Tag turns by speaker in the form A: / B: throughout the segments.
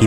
A: 日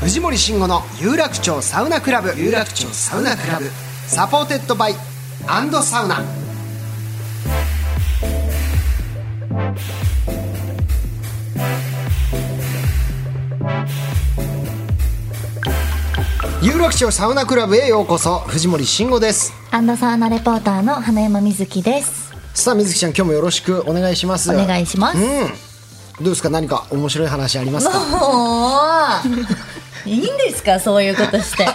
B: 藤森慎吾の有楽町サウナクラブ有楽町サウナクラブサポーテッドバイアンドサウナ有楽町サウナクラブへようこそ藤森慎吾です
C: アンドサウナレポーターの花山瑞希です。
B: さあ水木ちゃん今日もよろしくお願いします
C: お願いします。も
B: どうですか何か面白い話ありますか
C: ういいんですかそういうこ として。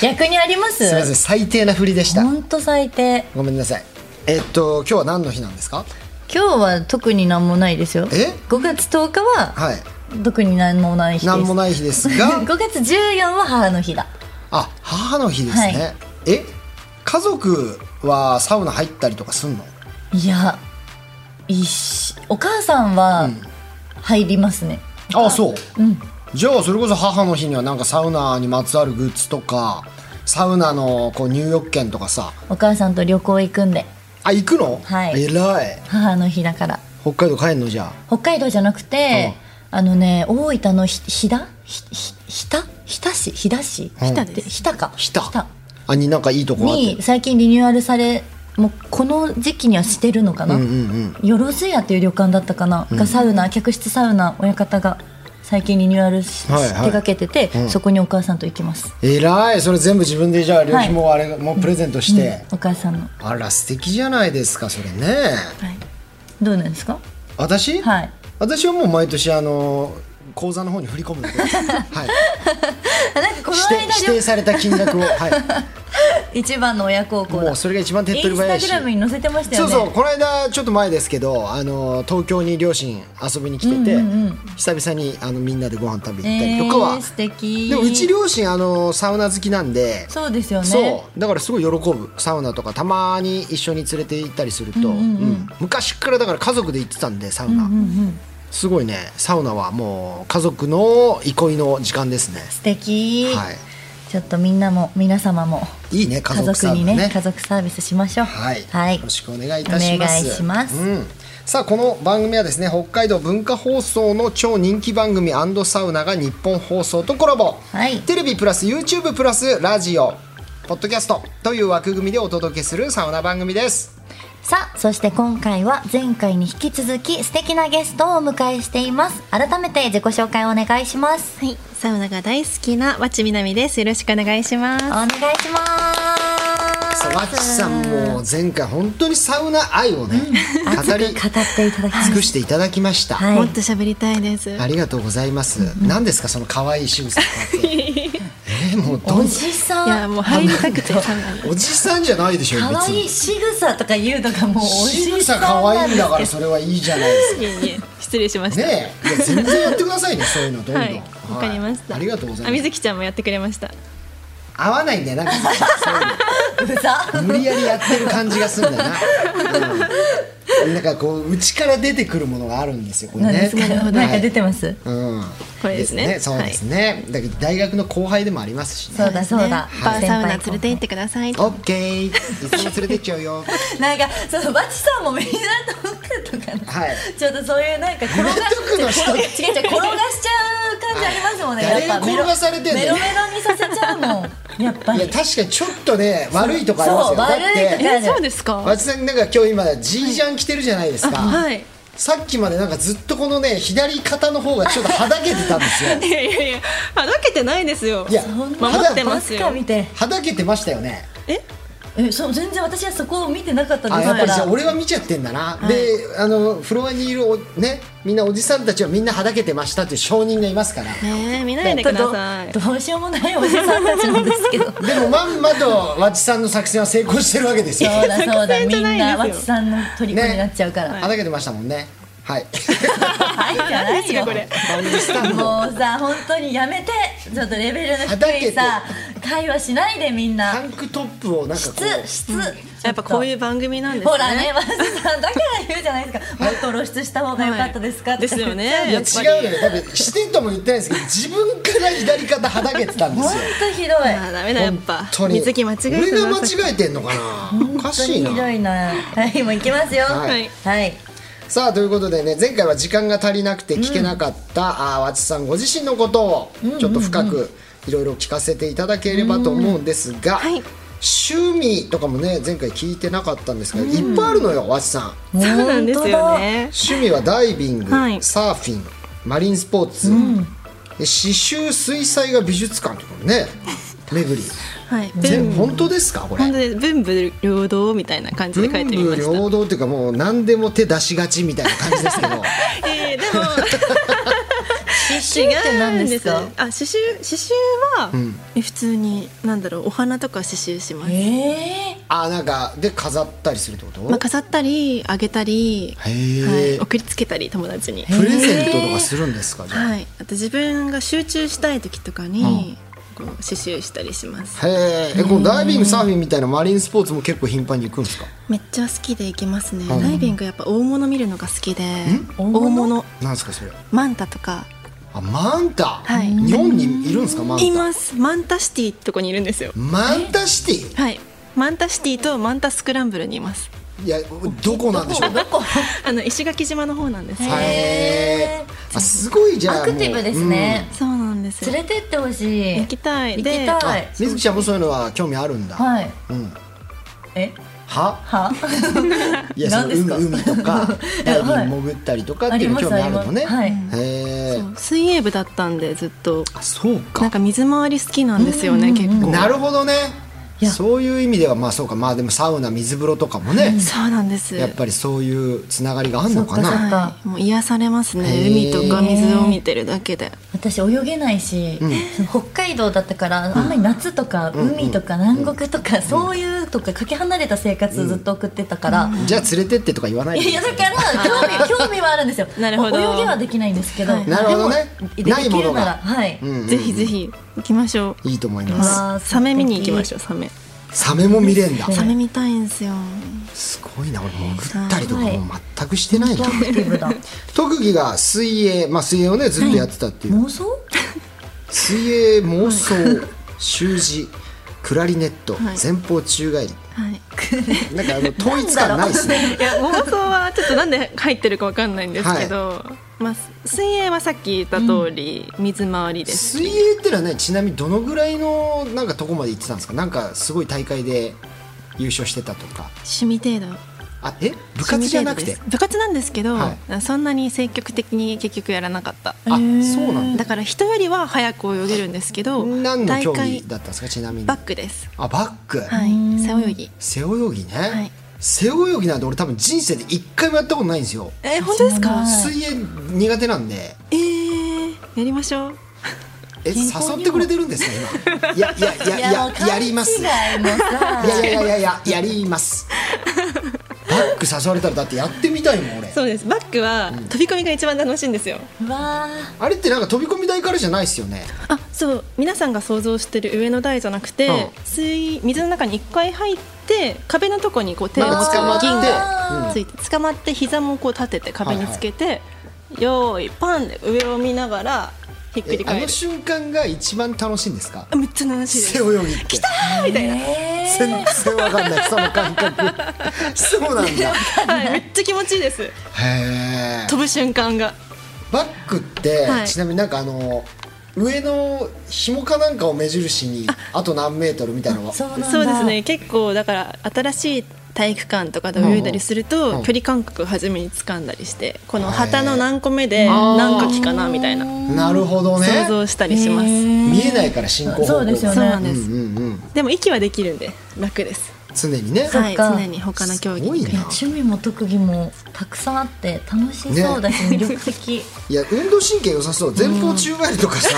C: 逆にあります
B: みませ
C: す。
B: ん最低な振りでした
C: 本当最低。
B: ごめんなさいえっと今日は何の日なんですか
C: 今日は特になんもないですよ。
B: え
C: 5月10日は
B: はい
C: 特になんもない日です。
B: 何もない日です が
C: 5月14は母の日だ。
B: あ母の日ですね、
C: は
B: え家族はサウナ入ったりとかすんの
C: いや、いしお母さんは入りますね。
B: あそう、じゃあそれこそ母の日にはなんかサウナにまつわるグッズとかサウナのこう入浴券とかさ
C: お母さんと旅行行くんで
B: あ行くの、
C: はい
B: 偉い
C: 母の日だから。
B: 北海道帰んのじゃ
C: 北海道じゃなくて、あのね大分のひ飛騨ひひひたひた市ひだ市
B: ん
C: ひたってひたか
B: あたあになんかいいとこあって
C: に最近リニューアルされもうこの時期にはしてるのかな、よろずやっていう旅館だったかな、がサウナ客室サウナ親方が最近リニューアルし、
B: はいはい
C: 手掛けてて、そこにお母さんと行きます、
B: 偉いそれ全部自分でじゃあ旅費もあれ、もうプレゼントして、
C: お母さんの、は
B: あら素敵じゃないですかそれね
C: い、どうなんですか
B: 私、
C: はい
B: 私はもう毎年あの口座の方に振り込むの で、はい、
C: あなんかこの
B: 指定指
C: 間
B: 定された金 額を、はい、
C: 一番の親孝行
B: も
C: だ
B: うそれが一番手っ取り早い
C: イン
B: し
C: スタグラムに載せてましたよ
B: そう
C: ね
B: そうこの間ちょっと前ですけどあの東京に両親遊びに来てて、久々にあのみんなでご飯食べに行ったりとかは
C: えー、素敵
B: でもうち両親あのサウナ好きなんで
C: そうですよね
B: そうだからすごい喜ぶサウナとかたまに一緒に連れて行ったりすると、うん昔からだから家族で行ってたんでサウナ、すごいねサウナはもう家族の憩いの時間ですね、
C: 素敵、
B: はい
C: ちょっとみんなも皆様も
B: いいね家
C: 家
B: 族
C: 族
B: サウナ
C: にね
B: ね
C: 家族サービスしましょう
B: はい、
C: はい
B: よろしくお願いいたし
C: お
B: ま
C: 願
B: す。
C: いします
B: うん、さあこの番組はですね北海道文化放送の超人気番組サウナが日本放送とコラボ、
C: はい
B: テレビプラス YouTube プラスラジオポッドキャストという枠組みでお届けするサウナ番組です。
C: さあそして今回は前回に引き続き素敵なゲストをお迎えしています改めて自己紹介お願いします
D: はい、サウナが大好きなわちみなみです。よろしくお願いしま
C: お
D: す。
C: 願いします
B: さあわちさんも前回本当にサウナ愛をね、
C: 熱
B: 語
C: く語
B: り
C: っていただきま
B: 尽く
C: す
B: していただきました。
C: はい
D: もっと喋りたいです。
B: ありがとうございます。何ですかその可愛い仕草とか って。えーもうど
C: お
B: ん
C: じさん
D: いや、もう入りたくてサウナに。
B: おじさんじゃないでしょ別に。
C: 可愛い仕草とか言うのがもうお
B: 仕
C: じ
B: 草
C: さん
B: 可
C: な
B: 愛
C: ん
B: いん
C: です
B: だからそれはいいじゃないですか。
D: いえいえ、失礼しました。
B: ねえ、いや全然やってくださいね、そういうのどんどん。
D: はい、わかりました。
B: ありがとうござ
D: あ
B: います。
D: 水木ちゃんもやってくれました。
B: 合わないんだよ、なんかさ
C: う
B: そ
C: ざ
B: ういうの無理やりやってる感じがするんだよな。うんなんかこう内から出てくるものがあるんですよ、これ
C: なんで
B: ね
C: す。かなん
B: はい
C: か出てます、
B: うん、
D: これですね
B: そうですね。だけど大学の後輩でもありますしね。
C: そうだそうだ
D: ねバーサウナ連れて行ってください。
B: オッケー、いつも連れてっちゃうよ。
C: なんかそのバチさんもみんなとクとかね、
B: はい
C: ちょっとそういうなんか転が し
B: 港区の人
C: 違う違う転がしちゃう感じありますもんね
B: 誰が
C: やっぱメロ
B: 転がされてんの
C: メロメロにさせちゃうもんやっぱ
B: い
C: り
B: や、確かにちょっとね、悪いとこありますよ。
C: そう
B: だっ
C: 悪いと
B: て、
C: こ
D: え、そうですか。
B: 松井さんなんか今日今ジージャン着てるじゃないですか。
D: はい。
B: さっきまでなんかずっとこのね左肩の方がちょっとはだけてたんですよ
D: いやいやいや、はだけてないですよ。
B: いや
D: 守ってます
C: バ
D: よ
C: カ。見て
B: はだけてましたよね
D: え、
C: えそう全然私はそこを見てなかったで
B: あ
C: す
B: やっぱ
C: か
B: りじゃ
C: ら
B: あ俺は見ちゃってんだな、
C: はい
B: であのフロアにいるおねみんなおじさんたちはみんなはだけてましたっていう証人がいますから
D: ねえ見ないでください
C: どどうしようもないおじさんたちなんですけ ど
B: でもまんまと和知さんの作戦は成功してるわけですよ
C: そうだそうだ
D: 作戦
C: み
D: じ
C: ん
D: ゃないんです
C: なわちさ
D: よ
C: んの虜になっちゃうから、
B: はだけてましたもんね はい
C: はいじゃないよ
D: これ
B: 番組スタッフも
C: もうさ本当にやめてちょっとレベルの
B: はだけ
C: 低
B: て
C: いさ会話しないでみん
B: タ
C: な
B: ンクトップをなんかこ
C: 質
B: う
C: 質、
D: やっぱこういうう番組なんですね
C: ほらね和知さんだから言うじゃないですかもっと露出した方が良かったですかって、
D: ですよね
B: いや
D: やっぱり
B: 違うのよ多分してとも言ってないですけど自分から左肩はだけてたんで
C: 本
B: すよ
C: 当ひどい
D: あーダメだやっぱ
B: 本当に
D: 水木間違えたな
B: 俺が間違えてんのかなおかしいな
C: ひどいなはいもう行きますよ
B: はい
C: はい、
B: さあということでね前回は時間が足りなくて聞けなかった、あー和知さんご自身のことをちょっと深くいろいろ聞かせていただければと思うんですが、
D: はい
B: 趣味とかもね前回聞いてなかったんですが、いっぱいあるのよ和知さん
D: そうなんですよね
B: 趣味はダイビング、
D: はい
B: サーフィンマリンスポーツ、で刺繍水彩画美術館とかも ね巡り
D: はい
B: 全
D: 文
B: 部本当ですかこれ
D: 本当です文武両道みたいな感じで書いてみ
B: 文武
D: ました
B: 両道っていうかもう何でも手出しがちみたいな感じですけど
D: えー、でも
C: 刺繍って何ですか
D: 違うんあ刺繍刺繍は、え普通に何だろうお花とか刺繍します、
C: え
B: あーなんかで飾ったりするってこと、
D: まあ、飾ったりあげたり、
B: へー
D: はい、送りつけたり友達に、
B: プレゼントとかするんですかじゃあ、
D: はい、あと自分が集中したい時とかに、こう刺繍したりします
B: へーえこのダイビングサーフィンみたいなマリンスポーツも結構頻繁に行くんですか
D: めっちゃ好きで行きますね、
B: うん
D: ダイビングやっぱ大物見るのが好きで
C: 大
D: 大
C: 物
D: 物
B: なんですかそれ
D: マンタとか
B: あマンタ、
D: はい
B: 日本にいるんですかマンタ
D: いますマンタシティってとこにいるんですよ
B: マンタシティ
D: はいマンタシティとマンタスクランブルにいます
B: いやどこなんでしょう
C: どこ
D: あの石垣島の方なんです
C: はい
B: へーあすごいじゃあ
C: アクティブですね、
D: そうなんですよ
C: 連れてってほしい
D: 行きたい
C: 行き
D: で
C: た
B: み
C: い
B: ずきちゃんもそういうのは興味あるんだ、
C: はい
B: うん、
C: え
B: は
C: は
B: いやその
C: 何ですか
B: 海海と かダイビング潜ったりとかっていうの興味あるのね、
C: はい
B: へえ
D: そう水泳部だったんでずっと
B: あそう
D: なんか水回り好きなんですよね結構
B: なるほどね
C: いや
B: そういう意味ではまあそうかまあでもサウナ水風呂とかもね、
D: そうなんです
B: やっぱりそういうつながりがあるのか
C: そっ
B: な
C: か
D: はい、もう癒されますね
B: へ
D: 海
B: ー
D: とか水を見てるだけで
C: 私泳げないし、その北海道だったからあんまり夏とか海とか南国とかそういうとかかけ離れた生活ずっと送ってたから、
B: じゃあ連れてってとか言わないで
C: いやだから 興味興味はあるんですよ
D: なるほど
C: 泳ぎはできないんですけど、
D: はい
B: なるほどね
C: でも
B: ないものが
C: できるならはい、
B: うんうん
D: ぜひぜひ行きましょ
B: いいと思います
C: わあ
D: うサメ見に行きまし
C: ょ
D: ょうサメ
B: サメも見れんだ
C: うん
D: サメ見たいんですよ
B: すごいな俺潜ったりとかもう全くしてないな
C: アクティブだ
B: 特技が水泳まあ水泳をねずっとやってたっていう、
C: 妄想
B: 水泳妄想習字クラリネット、
D: はい
B: 前方宙返り
D: はい
B: なんかあの統一感ないですね
D: いや妄想はちょっとなんで入ってるかわかんないんですけど、まあ、水泳はさっき言った通り、水回りです
B: 水泳ってのはねちなみにどのぐらいのなんかとこまで行ってたんですかなんかすごい大会で優勝してたとか
D: 趣味程度
B: あえ部活じゃなくて
D: 趣味程度です部活なんですけど、
B: は
D: そんなに積極的に結局やらなかった
B: あそうなんだ
D: だから人よりは早く泳げるんですけど
B: 何の
D: 大
B: 競
D: 会
B: 技だったんですかちなみに
D: バックです
B: あバック、
D: はい背泳ぎ
B: 背泳ぎね、
D: い
B: 背泳ぎなんて俺多分人生で一回もやったことないんですよ
D: え本当ですか
C: はい
B: 水泳苦手なんで
D: えー、やりましょう
B: え
C: 健康にも
B: 誘ってくれてるんですか今いやいやいやいや
C: もう勘
B: やりますい
C: 違いもさ
B: やいやいやいややりますバック誘われたらだってやってみたいもん俺
D: そうですバックは飛び込みが一番楽しいんですよ、
C: うわー
B: あれってなんか飛び込み台からじゃないですよね
D: あそう皆さんが想像してる上の台じゃなくて、
B: うん
D: 水水の中に1回入って壁のとこにこう手をつ
B: まあ捕まって
D: 銀
B: う
D: が
B: ん
D: ついて捕まって膝もこう立てて壁につけて、よーいパンで上を見ながらひっく
B: え
D: り
B: あ
D: 返る
B: の瞬間が一番楽しいんです か
D: あめっちゃ楽しいです
B: 背泳ぎって
D: みたいな、
C: えー
B: 全然わかんないその感覚そうなんだ
D: はい、めっちゃ気持ちいいです
B: へえ
D: 飛ぶ瞬間が
B: バックって、
D: はい
B: ちなみになんかあの上の紐かなんかを目印にあと何メートルみたいなのは
C: そうなんだ
D: そうですね結構だから新しい体育館とかで泳いだりする
B: うんう
D: と
B: ん
D: 距離感覚を初めに掴んだりしてこ
B: へ
D: の
B: ー
D: 旗の何個目で何かきかなみたいな
B: なるほどね
D: 想像したりします、
C: へー
B: 見えないから進行方向
C: そうですよ
D: そう
C: ね
D: なんです、
B: うんうんうん
D: でも息はできるんで楽です
B: 常にね
C: そっ
D: はい、
C: か
D: 常に他の競技
B: すごい
D: に
B: ね
C: いや趣味も特技もたくさんあって楽しそうだし、魅力 的
B: いや運動神経良さそう前方宙返りとかさ、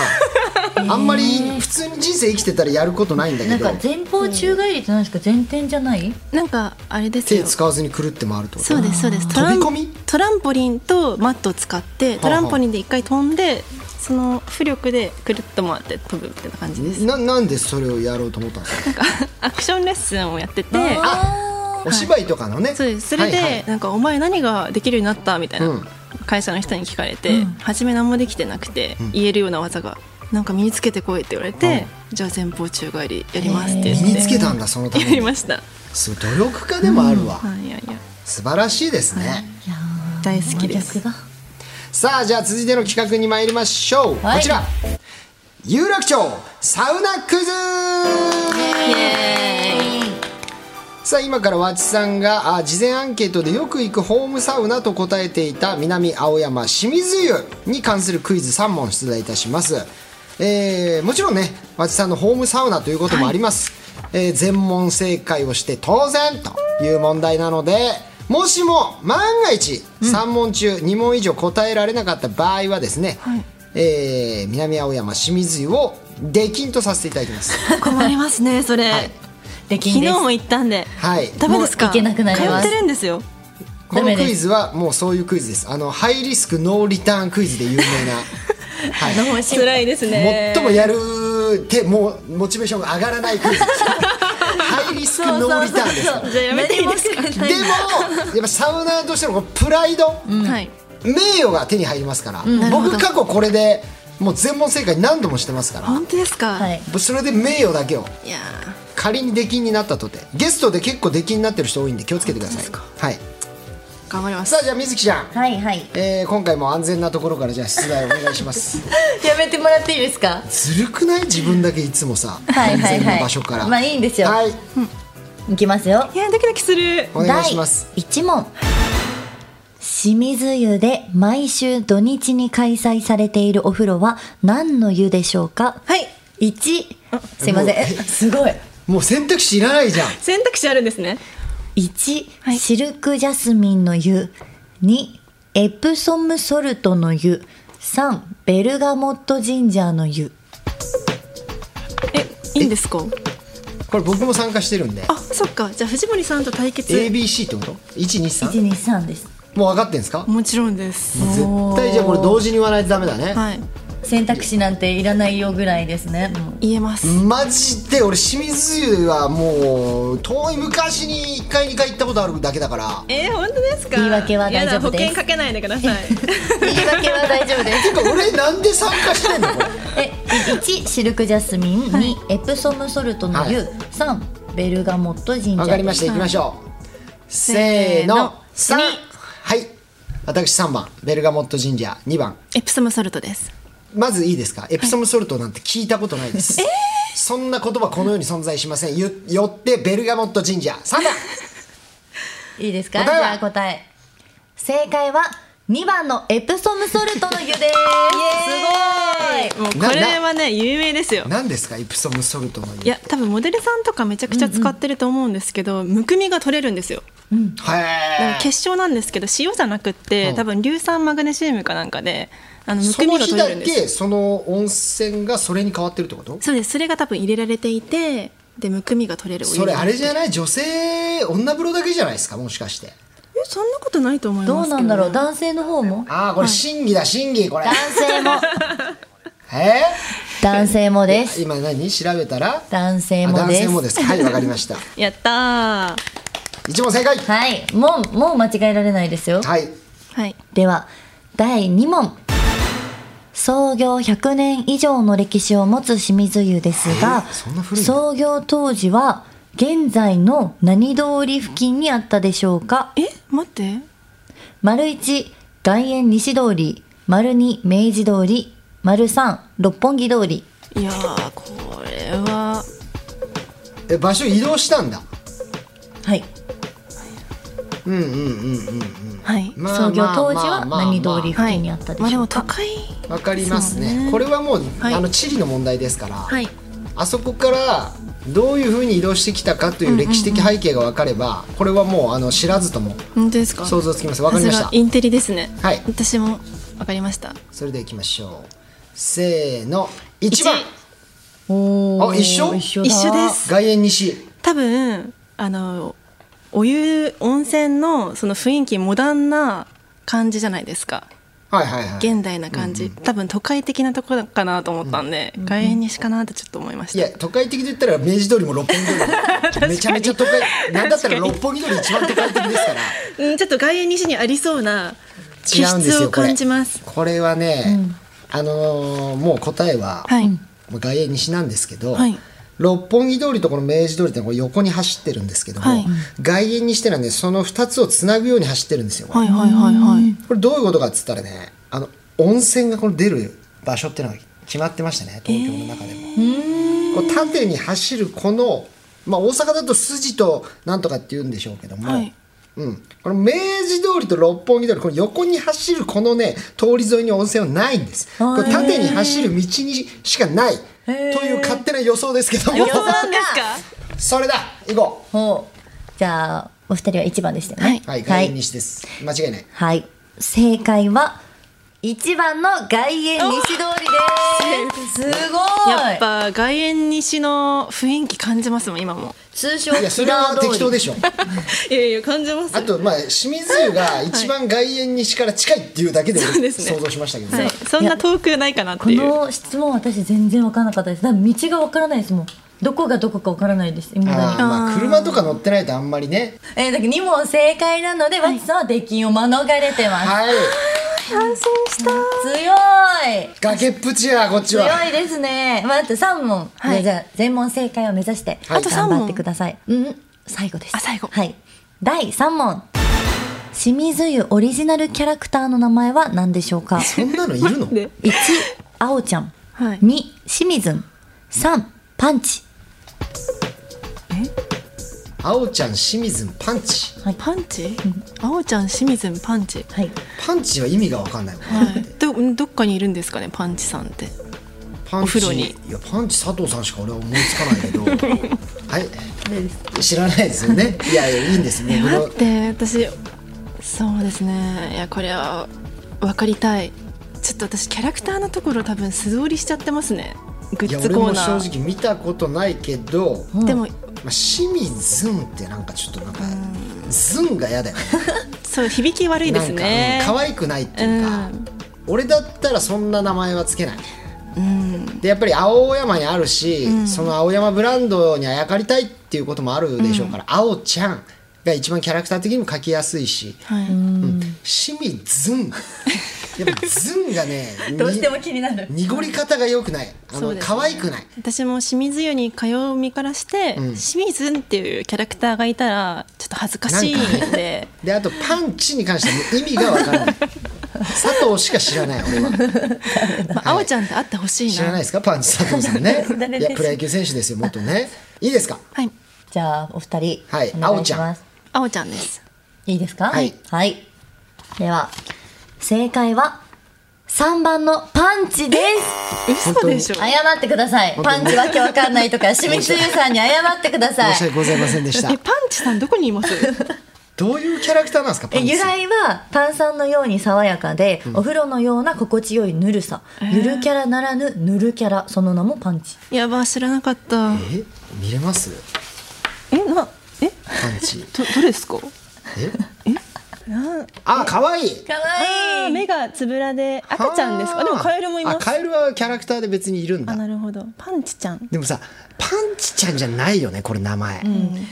B: あんまり普通に人生生きてたらやることないんだ
C: な
B: け
C: ん
B: ど
C: か前方宙返りって何ですか前転じゃない
D: なんかあれです
B: 手
D: よ
B: 使わずにくるって回るってこと
D: そうですそうですトラ
B: 飛
D: ン
B: び込み
D: トランポリンとマットを使ってトランポリンで一回飛んでその浮力でくるっと回って飛ぶみたいな感じです
B: ななんでそれをやろうと思ったんですか
D: アクションレッスンをやってて
C: あ
B: お芝居とかのね、
D: そうですそれで、
B: はいはい
D: なんか「お前何ができるようになった?」みたいな、
B: うん
D: 会社の人に聞かれて、初め何もできてなくて、言えるような技がなんか身につけてこいって言われて、じゃあ前方宙返りやりますって言っ
B: 身
D: て、
B: につけたんだそのため
D: やりま
B: に
D: した、
B: すごい努力家でもあるわ、
D: はいいやいや
B: 素晴らしいですね、
C: ーいやー
D: 大好きで
C: 真
D: す
C: 逆だ
B: さあじゃあ続いての企画に参りましょう、
C: はい
B: こちら有楽町サウナクズさあ今から和知さんがあ事前アンケートでよく行くホームサウナと答えていた南青山清水湯に関するクイズ3問出題いたします、えーもちろんね和知さんのホームサウナということもあります、えー全問正解をして当然という問題なのでもしも万が一3問中2問以上答えられなかった場合はですね、えー南青山清水湯を出禁とさせていただきます
D: 困りますねそれ、
B: はい
C: でき
D: 昨
C: んで
D: 日
C: す
D: も行ったんで、
B: はい
D: ダメですか
C: もう行けなくなります
D: 通ってるんですよ
B: この
C: ダメ
B: ク
C: です
B: イズはもうそういうクイズですあのハイリスクノーリターンクイズで有名 な、はい、
D: 辛いですね
B: 最もやるてもうモチベーションが上がらない クイズですハイリスクノーリターンですから
D: じゃあやめていいですか
B: でもやっぱサウナーとしてのこのプライド、
D: はい
B: 名誉が手に入りますから、僕過去これでもう全問正解何度もしてますから
D: 本当ですか、
C: はい、
B: それで名誉だけを
D: いやー
B: 仮に出禁になったとてゲストで結構出禁になってる人多いんで気をつけてください、はい、
D: 頑張ります
B: さあじゃあ水木ちゃん
C: はいはい
B: えー今回も安全なところからじゃあ出題お願いします
C: やめてもらっていいですか
B: ずるくない自分だけいつもさ
C: はいはいはい
B: 安全な場所から
C: まあいいんですよ
B: はい
C: いきますよ
D: いやドキドキする
B: お願いします
C: 第1問清水湯で毎週土日に開催されているお風呂は何の湯でしょうか
D: はい
C: 1すいませんえすごい
B: もう選択肢いらないじゃん
D: 選択肢あるんですね
C: 1、
D: はい
C: シルクジャスミンの湯2エプソムソルトの湯3ベルガモットジンジャーの湯
D: えいいんですか
B: これ僕も参加してるんで
D: あそっかじゃあ藤森さんと対決、
B: ABC ってこと123
C: 123です
B: もう分かってんですか
D: もちろんです
B: 絶対じゃあこれ同時に言わないとダメだね
D: はい
C: 選択肢なんていらないよぐらいですねもう
D: 言えます、
B: マジで俺清水湯はもう遠い昔に1回2回行ったことあるだけだから
D: えー、本当ですか
C: 言い訳は大丈夫です
D: やだ保険かけないでください
C: 言い訳は大丈夫です
B: てか俺なんで参加してんのこれ
C: え1シルクジャスミン2、エプソムソルトの湯、
B: はい
C: 3ベルガモットジンジャー
B: わかりました、行きましょう。せーの、
D: せー
B: 三
D: の
B: はい。私三番、ベルガモットジンジャー、二番。
D: エプソムソルトです
B: まずいいですか、エプソムソルトなんて聞いたことないです。そんな言葉この世に存在しません。よよって、ベルガモットジンジャー、三番。
C: いいですかじ
B: 答えは
C: ゃあ答え正解は2番のエプソムソルトの湯ですすごい
D: もうこ
B: な
D: れはね有名ですよ
B: 何ですか、エプソムソルトの湯。
D: いや多分モデルさんとかめちゃくちゃ使ってると思うんですけど、むくみが取れるんですよだから
B: へー。
D: 結晶なんですけど塩じゃなくって、
B: うん
D: 多分硫酸マグネシウムかなんかであのむ
B: そ
D: くみ
B: の
D: が
B: 日
D: 取
B: だ
D: れるんですよ
B: け、その温泉がそれに変わってるってこと。
D: そうですそれが多分入れられていてでむくみが取れるお湯
B: それあれじゃない、女性、女風呂だけじゃないですか、もしかして。
D: えそんなことないと思いますけ
C: ど
D: ど
C: うなんだろう男性の方も
B: ああ、これ審議だ、審議、これ。
C: 男性も
B: えー
C: 男性もです
B: 今何調べたら
C: 男性
B: あ
C: も
B: 男
C: です
B: 性もですはいわかりました
D: やったー
B: 一問正解
C: はいもうもう間違えられないですよ
B: はい
D: はい
C: では第2問創業100年以上の歴史を持つ清水湯ですが
B: えーそんな古いの
C: 創業当時は現在の何通り付近にあったでしょうか
D: え待って
C: 丸1外苑西通り丸2明治通り丸3六本木通り
D: いやーこれは
B: え場所移動したんだ
C: はい、
B: うんうんうんうん
D: はい
B: まあ
C: 創業当時
B: まあまあ
C: は
B: まあ
C: 何通り付近にあったで
D: まあ
C: し
D: で
C: ょ
D: も
C: う
D: 都
C: か、
D: 会
B: わかります
D: そう
B: ね
D: ね
B: これはもう、
D: はい
B: あの地理の問題ですから、
D: はい
B: あそこからどういうふうに移動してきたかという歴史的背景が分かれば、これはもうあの知らずとも
D: 本当ですか
B: 想像つきます分かりまし
D: さすが
B: た
D: インテリですね
B: はい
D: 私もわかりました
B: それではいきましょうせーの1番
C: おー
B: あ一緒
C: 一緒だ
D: 一緒です
B: 外苑西
D: 多分あのお湯温泉のその雰囲気モダンな感じじゃないですか
B: はいはいはい
D: 現代な感じ、多分都会的なところかなと思ったんで、外苑西かなってちょっと思いまし
B: い
D: た
B: や都会的で言ったら明治通りも六本木通りめちゃめちゃ都会なんだったら六本木通り一番都会的ですから
D: うんちょっと外苑西にありそうな気
B: 違うんです
D: 質
B: よ
D: を
B: これ
D: 感じます
B: これはね、あのーもう答えは、
D: はい
B: まあ外苑西なんですけど、
D: はい
B: 六本木通りとこの明治通りってのはこれ横に走ってるんですけども、
D: はい
B: 外苑西ってのはねその2つをつなぐように走ってるんですよ、
D: はいはいはいはい
B: これどういうことかっつったらねあの温泉がこの出る場所っていうのが決まってましたね東京の中でも、こう縦に走るこの、まあ、大阪だと筋となんとかって言うんでしょうけども、
D: はい
B: うん、この明治通りと六本木通りこの横に走るこのね通り沿いに温泉はないんです
C: あー
B: これ縦に走る道にしかないと
C: へー
B: いう勝手な予想ですけども
D: 予想なんですか
B: それだ行こ
C: ほうじゃあお二人は一番でしたよね
B: うはい
C: は
B: 外苑
C: い、
B: 西です間違いない
C: はい正解は一番の外苑西通りですすごい
D: やっぱ外苑西の雰囲気感じますもん今も
C: 通称
B: いやそ
C: キ
B: れ
C: ラ
B: は
C: ー
B: 適当
C: 通
B: で
C: り
B: しょ
D: いやいや感じます
B: あとまあ清水湯が一番外苑西から近いっていうだけで
D: そうですね
B: 想像しましたけど、
D: はい、そんな遠くないかなっ
C: こ
D: ていう
C: の質問私全然分からなかったですだから道が分からないですもんどこがどこか分からないですいまだ
B: あー
C: に
B: まあ車とか乗ってないとあんまりね
C: えー、だけど2問正解なので、ワッチさんは出禁を免れてます、
B: はい
C: 強い
B: 崖っぷちやこっち
C: 強
B: はい
C: ですね、まあ、あと3問、
D: はい
C: じゃあ全問正解を目指して
B: はいあと
D: 三
C: 頑
D: 問
C: 張ってください、うん最後です
D: あ最後
C: はい第3問清水湯オリジナルキャラクターの名前は何でしょうか
B: そんなのいるの
D: で
C: 1あおちゃん、
D: は
C: 2
D: い
C: 清水ん3パンチ
B: 青ちゃん清水パンチ
D: パンチ、あおちゃん清水んパンチ、
C: はい
B: パンチは意味が分かんないもん
D: はい、どどっかにいるんですかねパンチさんって
B: パンチ
D: お風呂に
B: いやパンチ佐藤さんしか俺は思いつかない けどはい知らないですよねいやいやいいんです
D: え
B: 僕
D: 待
B: の
D: って私そうですねいやこれは分かりたいちょっと私キャラクターのところ多分素通りしちゃってますねグ
B: いや
D: ッズ
B: 俺
D: コー
B: も
D: ナ
B: 正
D: ー
B: 直見たことないけど、ま
D: でも
B: あ、清水んってなんかちょっとなんか「ずん」が嫌だよね
D: そう響き悪いですね
B: なんかうん可愛くないっていうか、
D: うん
B: 俺だったらそんな名前はつけない、でやっぱり青山にあるし、その青山ブランドにあやかりたいっていうこともあるでしょうから、青ちゃんが一番キャラクター的にも描きやすいし
D: はい
B: 清水んやっぱずんがねに
C: どうしても気になる
B: 濁り方が良くないあ
D: そ
B: の、
D: うですね
B: 可愛くない
D: 私も清水湯に通う身からして、清水っていうキャラクターがいたらちょっと恥ずかしいんで
B: であとパンチに関しても意味がわからない佐藤しか知らない俺は
D: まあ、あおちゃんって会ってほしい
B: 知ら
D: な
B: ないですかパンチ佐藤さん ね
C: 誰
B: い
C: です
B: やプロ野球選手ですよ元ねいいですか
D: はい
C: じゃあお二人、
B: はい
C: お願いし
B: あお
C: ま
B: ち
C: す
D: あおちゃんです
C: いいですか
B: はい
C: はい、では正解は3番のパンチです
D: 嘘でしょ
C: 謝ってください。パンチわけわかんないとか、清水優さんに謝ってください
B: 申。し訳ございませんでした
D: えパンチさんどこにいます
B: どういうキャラクターなんですかパ
C: え
B: ンチ
C: 由
B: さん
C: 来は炭酸のように爽やかで、お風呂のような心地よいぬるさ、ゆるキャラならぬぬるキャラその名もパンチ
D: やば知らなかった
B: え見れます
D: えなえ
B: パンチ
D: どどれですか
B: えあ可愛い
C: かわ
D: あー目がつぶらで赤ちゃんですかでもカエルもいま
B: あ
D: す
B: カエルはキャラクターで別にいるん
D: あ
B: だ
D: なるほどパンチちゃん、
B: でもさパンチちゃんじゃないよねこれ名前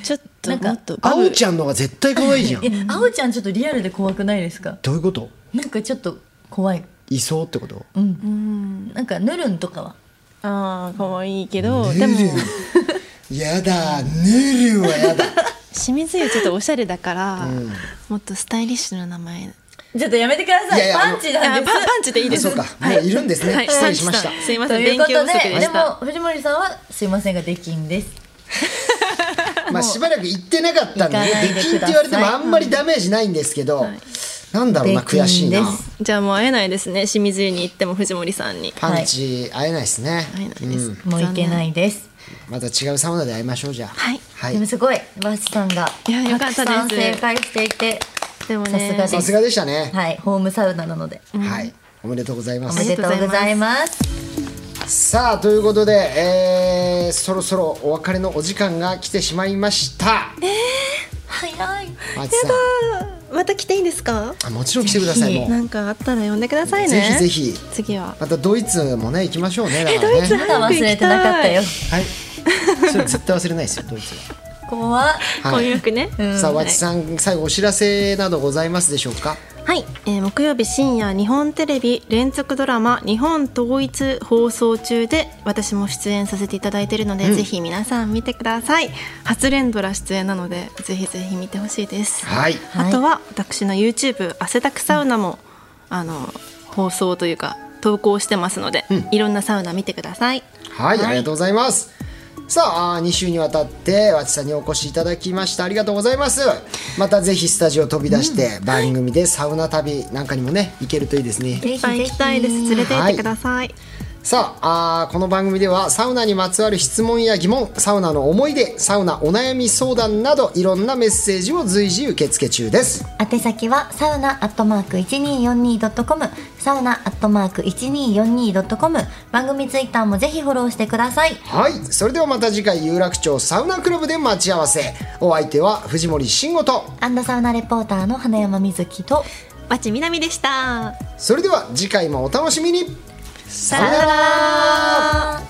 D: ちょっと
C: なんか
D: もっと
B: 青
D: ゃ
B: ちゃんの方が絶対可愛いじゃん
C: いいやあおちゃんちょっとリアルで怖くないですか
B: どういうこと
C: なんかちょっと怖い
B: いそうってこと
C: なんかぬるんとかは
D: んあー可愛いけど
B: ヌ
D: で
B: ル
D: も
B: やだヌルはや だ
D: 清水湯ちょっとおしゃれだから、もっとスタイリッシュな名前
C: ちょっとやめてください
B: いやいや
C: パンチなんです
D: パンチでいい
B: あ
D: です
B: そうかもういるんですね
D: はい、
B: 失礼しました
D: パンチさんすいま
C: と
D: せん
C: いう
D: 勉
C: こと
D: 強不足
C: で
D: で
C: で
D: し
C: も
D: た
C: 藤森さんはすいませんができんです
B: まあしばらく行ってなかったんでね
C: 行かないで
B: できんって
C: ください
B: 言われてもあんまりダメージないんですけどなんだろう
C: で
B: な悔し
C: き
B: い
C: んで
B: な
C: す
D: じゃあもう会えないですね清水湯に行っても藤森さんに
B: パンチ会えないですね
D: 会えないです、
C: もういけないです
B: また違うサウナで会いましょうじゃあ
D: はい
B: はい
C: でもすごいバチさんが
D: いやよか
C: たく
D: ったです
C: さん正解していて
D: でもね
C: さすが
B: さすがでしたね、
C: はいホームサウナなので
B: はいおめでとうございま
C: お
B: す
C: めでとうございます
B: さあということで、えーそろそろお別れのお時間が来てしまいました
C: 早い
B: 松さん
D: また来ていいんですか
B: あもちろん来てくださいもう
D: なんかあったら呼んでくださいね
B: ぜひぜひ
D: 次は
B: またドイツもね行きましょうねだから
D: ドイツ
B: ね
C: まだ忘れてなかったよ
B: はいそれ絶対忘れないですよドイツは
C: 怖っ
D: こ
B: は
D: う
B: い
D: いう服ね、
B: さあ和知さん最後お知らせなどございますでしょうか
D: はい、えー木曜日深夜日本テレビ連続ドラマ「日本統一」放送中で私も出演させていただいているので、ぜひ皆さん見てください初連ドラ出演なのでぜひぜひ見てほしいです、
B: はい
C: はい
D: あとは私の YouTube「汗だくサウナも」あの放送というか投稿してますので、いろんなサウナ見てください
B: はい、ありがとうございますさあ2週にわたって和知さんにお越しいただきましたありがとうございますまたぜひスタジオ飛び出して番組でサウナ旅なんかにもね行けるといいですね
C: ぜ
D: いっぱい行きたいです連れて行ってください
B: さああーこの番組ではサウナにまつわる質問や疑問サウナの思い出サウナお悩み相談などいろんなメッセージを随時受付中です
C: 宛先はサウナアットマーク 1242.com サウナアットマーク 1242.com 番組ツイッターもぜひフォローしてください
B: はいそれではまた次回有楽町サウナクラブで待ち合わせお相手は藤森慎吾と
C: アンダサウナレポーターの花山瑞希と
D: バチみなみでした
B: それでは次回もお楽しみにさよなら
C: あー